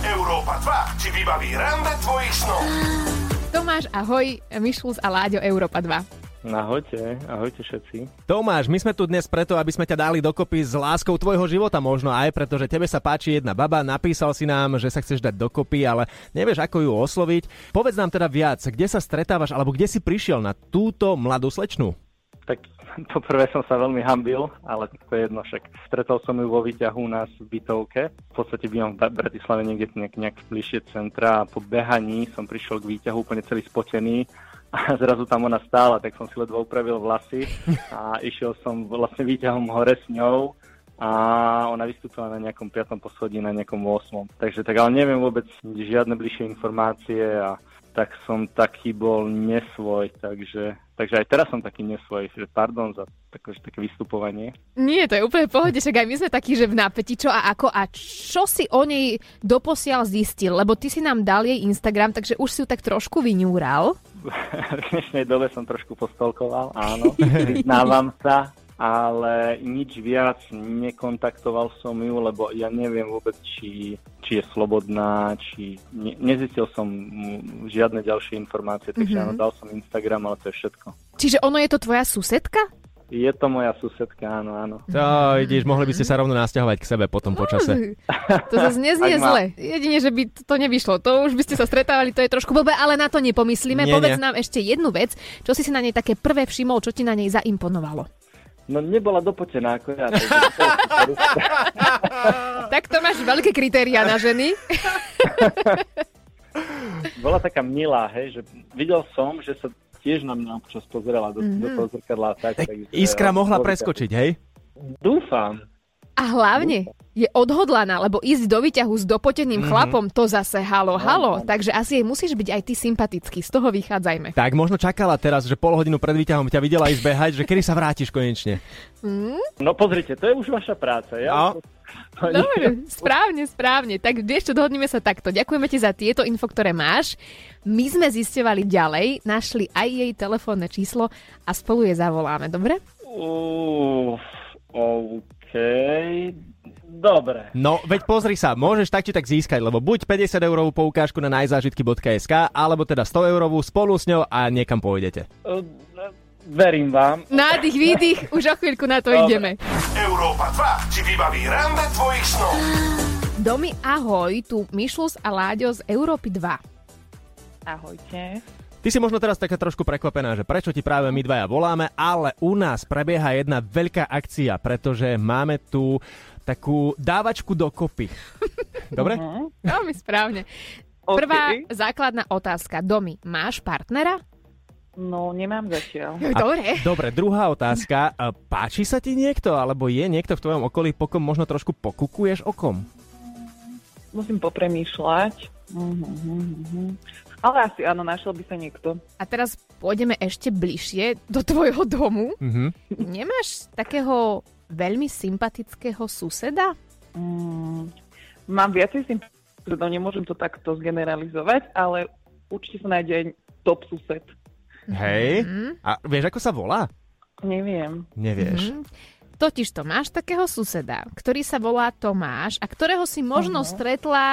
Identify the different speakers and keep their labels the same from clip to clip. Speaker 1: Európa 2 ti vybaví rande tvojich snov.
Speaker 2: Tomáš, ahoj, Mišlus a Láďo Európa 2.
Speaker 3: No, Ahojte, ahojte všetci.
Speaker 4: Tomáš, my sme tu dnes preto, aby sme ťa dali dokopy s láskou tvojho života možno aj, pretože tebe sa páči jedna baba, napísal si nám, že sa chceš dať dokopy, ale nevieš, ako ju osloviť. Povedz nám teda viac, kde sa stretávaš, alebo kde si prišiel na túto mladú slečnú?
Speaker 3: Tak poprvé som sa veľmi hambil, ale to je jedno však. Stretol som ju vo výťahu u nás v bytovke. V podstate bývam v Bratislave niekde nejak, nejak bližšie centra a po behaní som prišiel k výťahu úplne celý spotený a zrazu tam ona stála, tak som si ledvo upravil vlasy a išiel som vlastne výťahom hore s ňou a ona vystúpila na nejakom 5. poschodí, na nejakom 8. Takže tak, ale neviem vôbec žiadne bližšie informácie a tak som taký bol nesvoj, takže, takže aj teraz som taký nesvoj, že pardon za také, také vystupovanie.
Speaker 2: Nie, to je úplne v pohode, však aj my sme takí, že v napätí, čo a ako a čo si o nej doposiaľ zistil, lebo ty si nám dal jej Instagram, takže už si ju tak trošku vyňúral.
Speaker 3: V dnešnej dobe som trošku postolkoval, áno, priznávam sa, ale nič viac nekontaktoval som ju, lebo ja neviem vôbec, či, či je slobodná, či ne, nezistil som mm, žiadne ďalšie informácie, takže
Speaker 2: Mhm.
Speaker 3: áno, dal som Instagram, ale to je všetko.
Speaker 2: Čiže ono je to tvoja susedka?
Speaker 3: Je to moja susedka, áno, áno.
Speaker 4: To vidíš, mohli by ste sa rovno nasťahovať k sebe potom počase.
Speaker 2: Uh, To zase neznie
Speaker 3: Ak má-
Speaker 2: zle. Jedine, že by to nevyšlo. To už by ste sa stretávali, to je trošku blbé, ale na to nepomyslíme.
Speaker 4: Nie,
Speaker 2: Povedz
Speaker 4: nie.
Speaker 2: nám ešte jednu vec, čo si si na nej také prvé všimol, čo ti na nej zaimponovalo.
Speaker 3: No nebola dopotená ako ja, takže to je super.
Speaker 2: Tak to máš veľké kritéria na ženy.
Speaker 3: bola taká milá, hej, že videl som, že sa tiež na mňa občas pozerala do, mm-hmm. do toho zrkadla. a Tak,
Speaker 4: Tak
Speaker 3: takže-
Speaker 4: iskra mohla
Speaker 3: Dúfam.
Speaker 4: preskočiť, hej?
Speaker 3: Dúfam.
Speaker 2: A hlavne je odhodlaná, lebo ísť do výťahu s dopoteným chlapom, to zase halo, halo. Takže asi jej musíš byť aj ty sympatický. Z toho vychádzajme.
Speaker 4: Tak možno čakala teraz, že pol hodinu pred výťahom ťa videla ísť behať, že kedy sa vrátiš konečne.
Speaker 2: Mm,
Speaker 3: No pozrite, to je už vaša práca. Ja?
Speaker 4: No.
Speaker 3: To je-
Speaker 2: Dobre, správne, správne. Tak vieš čo, dohodneme sa takto. Ďakujeme ti za tieto info, ktoré máš. My sme zisťovali ďalej, našli aj jej telefónne číslo a spolu je zavoláme, dobre?
Speaker 3: Uf, OK. Dobre.
Speaker 4: No, veď pozri sa, môžeš tak či tak získať, lebo buď 50 eurovú poukážku na najzážitky.sk, alebo teda 100 eurovú spolu s ňou a niekam pôjdete.
Speaker 3: Uh, Verím vám.
Speaker 2: Nádych, výdych, už o chvíľku na to
Speaker 3: Dobre.
Speaker 2: ideme.
Speaker 1: Európa 2 ti vybaví rande tvojich snov.
Speaker 2: Domy, ahoj, tu Mišlus a Láďo z Európy 2.
Speaker 5: Ahojte.
Speaker 4: Ty si možno teraz taká trošku prekvapená, že prečo ti práve my dvaja voláme, ale u nás prebieha jedna veľká akcia, pretože máme tu takú dávačku dokopy. Dobre?
Speaker 2: Veľmi správne.
Speaker 5: OK.
Speaker 2: Prvá základná otázka. Domy, máš partnera?
Speaker 5: No, nemám zatiaľ.
Speaker 2: Dobre.
Speaker 4: Dobre, druhá otázka. E, Páči sa ti niekto, alebo je niekto v tvojom okolí, po kom možno trošku pokukuješ okom?
Speaker 5: Musím popremýšľať. Mhm, mhm, mhm. Ale asi áno, našiel by sa niekto.
Speaker 2: A teraz pôjdeme ešte bližšie do tvojho domu.
Speaker 4: Mhm.
Speaker 2: Nemáš takého veľmi sympatického suseda?
Speaker 5: Mm, mám viacej sympatí, nemôžem to takto zgeneralizovať, ale určite sa nájde aj top sused.
Speaker 4: Hej.
Speaker 2: Hm?
Speaker 4: A vieš, ako sa volá?
Speaker 5: Neviem.
Speaker 4: Nevieš.
Speaker 2: Mhm. Totiž to máš takého suseda, ktorý sa volá Tomáš a ktorého si možno
Speaker 5: Aha.
Speaker 2: stretla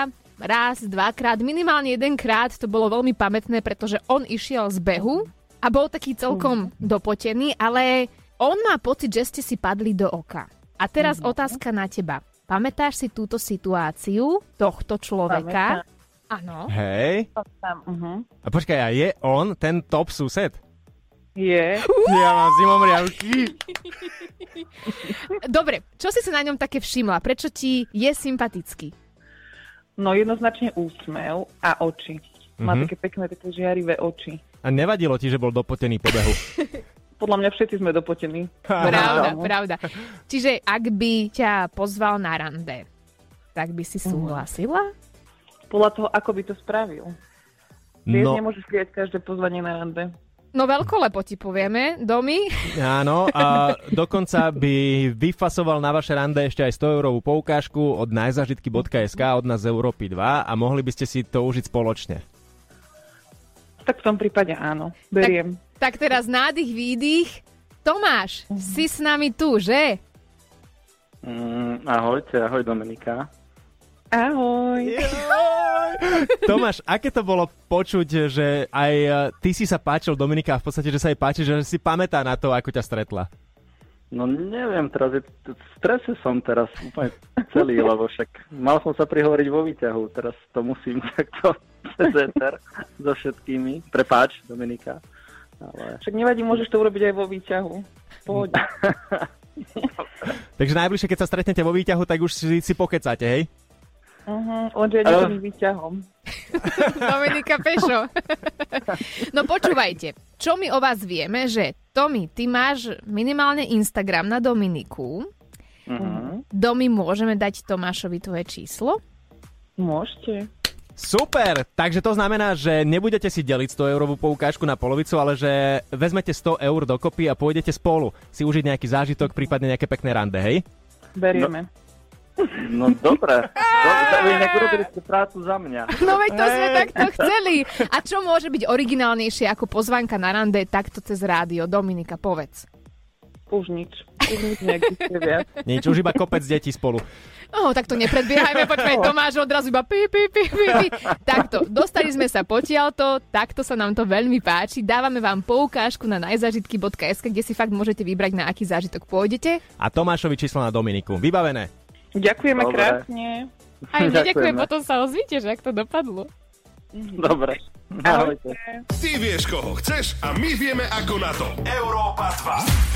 Speaker 2: raz, dvakrát, minimálne jedenkrát, to bolo veľmi pamätné, pretože on išiel z behu a bol taký celkom dopotený, ale on má pocit, že ste si padli do oka. A teraz otázka na teba. Pamätáš si túto situáciu tohto človeka? Áno.
Speaker 4: Hej.
Speaker 5: Tam, mhm.
Speaker 4: A počkaj, a je on ten top sused?
Speaker 5: Je.
Speaker 4: Ja mám zimom riavky.
Speaker 2: Dobre, čo si si na ňom také všimla? Prečo ti je sympatický?
Speaker 5: No jednoznačne úsmev a oči. Má
Speaker 4: Mhm.
Speaker 5: také pekné, také žiarivé oči.
Speaker 4: A nevadilo ti, že bol dopotený po behu?
Speaker 5: Podľa mňa všetci sme dopotení.
Speaker 2: Pravda,
Speaker 5: Áno.
Speaker 2: pravda. Čiže ak by ťa pozval na rande, tak by si súhlasila?
Speaker 5: Podľa toho, ako by to spravil. Vieš, no. nemôžeš prijať každé pozvanie na rande.
Speaker 2: No veľko lepo ti povieme, Domy.
Speaker 4: Áno, a dokonca by vyfasoval na vaše rande ešte aj 100 eurovú poukážku od najzažitky.sk od nás z Európy 2 a mohli by ste si to užiť spoločne.
Speaker 5: Tak v tom prípade áno, beriem.
Speaker 2: Tak teraz nádych, výdych. Tomáš, si s nami tu, že?
Speaker 3: Mm, ahojte, ahoj Dominika.
Speaker 5: Ahoj.
Speaker 4: Joj, Tomáš, aké to bolo počuť, že aj eh, ty si sa páčil Dominika a v podstate, že sa jej páči, že si pamätá na to, ako ťa stretla.
Speaker 3: No neviem, teraz je, t- v strese som teraz úplne celý, lebo však mal som sa prihovoriť vo výťahu, teraz to musím takto cez éter so všetkými. Prepáč, Dominika. Ale
Speaker 5: Však nevadí, môžeš to urobiť aj vo výťahu. Pohodne.
Speaker 4: Takže najbližšie, keď sa stretnete vo výťahu, tak už si, si pokecáte, hej?
Speaker 5: Uh-huh, lenže ja nechodím výťahom.
Speaker 2: Dominika Pešo. No počúvajte, čo my o vás vieme, že Tomi, ty máš minimálne Instagram na Dominiku.
Speaker 3: uh-huh.
Speaker 2: Domi, môžeme dať Tomášovi tvoje číslo?
Speaker 5: Môžete.
Speaker 4: Super, takže to znamená, že nebudete si deliť 100 eurovú poukážku na polovicu, ale že vezmete 100 eur dokopy a pôjdete spolu si užiť nejaký zážitok, prípadne nejaké pekné rande, hej?
Speaker 5: Berieme.
Speaker 3: no dobre, do, do, vy neurobili ste prácu za mňa.
Speaker 2: No veď to sme takto chceli. A čo môže byť originálnejšie ako pozvanka na rande takto cez rádio? Dominika, povedz.
Speaker 3: No.
Speaker 5: Už nič. Už nič neexistuje viac.
Speaker 4: Nič, už iba kopec detí spolu.
Speaker 2: Oh, tak to nepredbiehajme, počkaj, Tomáš odrazu iba pi, pi, pi, pi, pi. Takto, dostali sme sa potiaľto, takto sa nám to veľmi páči. Dávame vám poukážku na najzažitky.sk, kde si fakt môžete vybrať, na aký zážitok pôjdete.
Speaker 4: A Tomášovi číslo na Dominiku. Vybavené.
Speaker 5: Ďakujeme
Speaker 3: Dobre.
Speaker 5: krásne.
Speaker 2: Aj my ďakujem,
Speaker 3: Ďakujeme.
Speaker 2: potom sa ozvite, že ak to dopadlo.
Speaker 3: Dobre, ahojte.
Speaker 5: Ahojte.
Speaker 1: Ty vieš, koho chceš a my vieme, ako na to. Európa 2.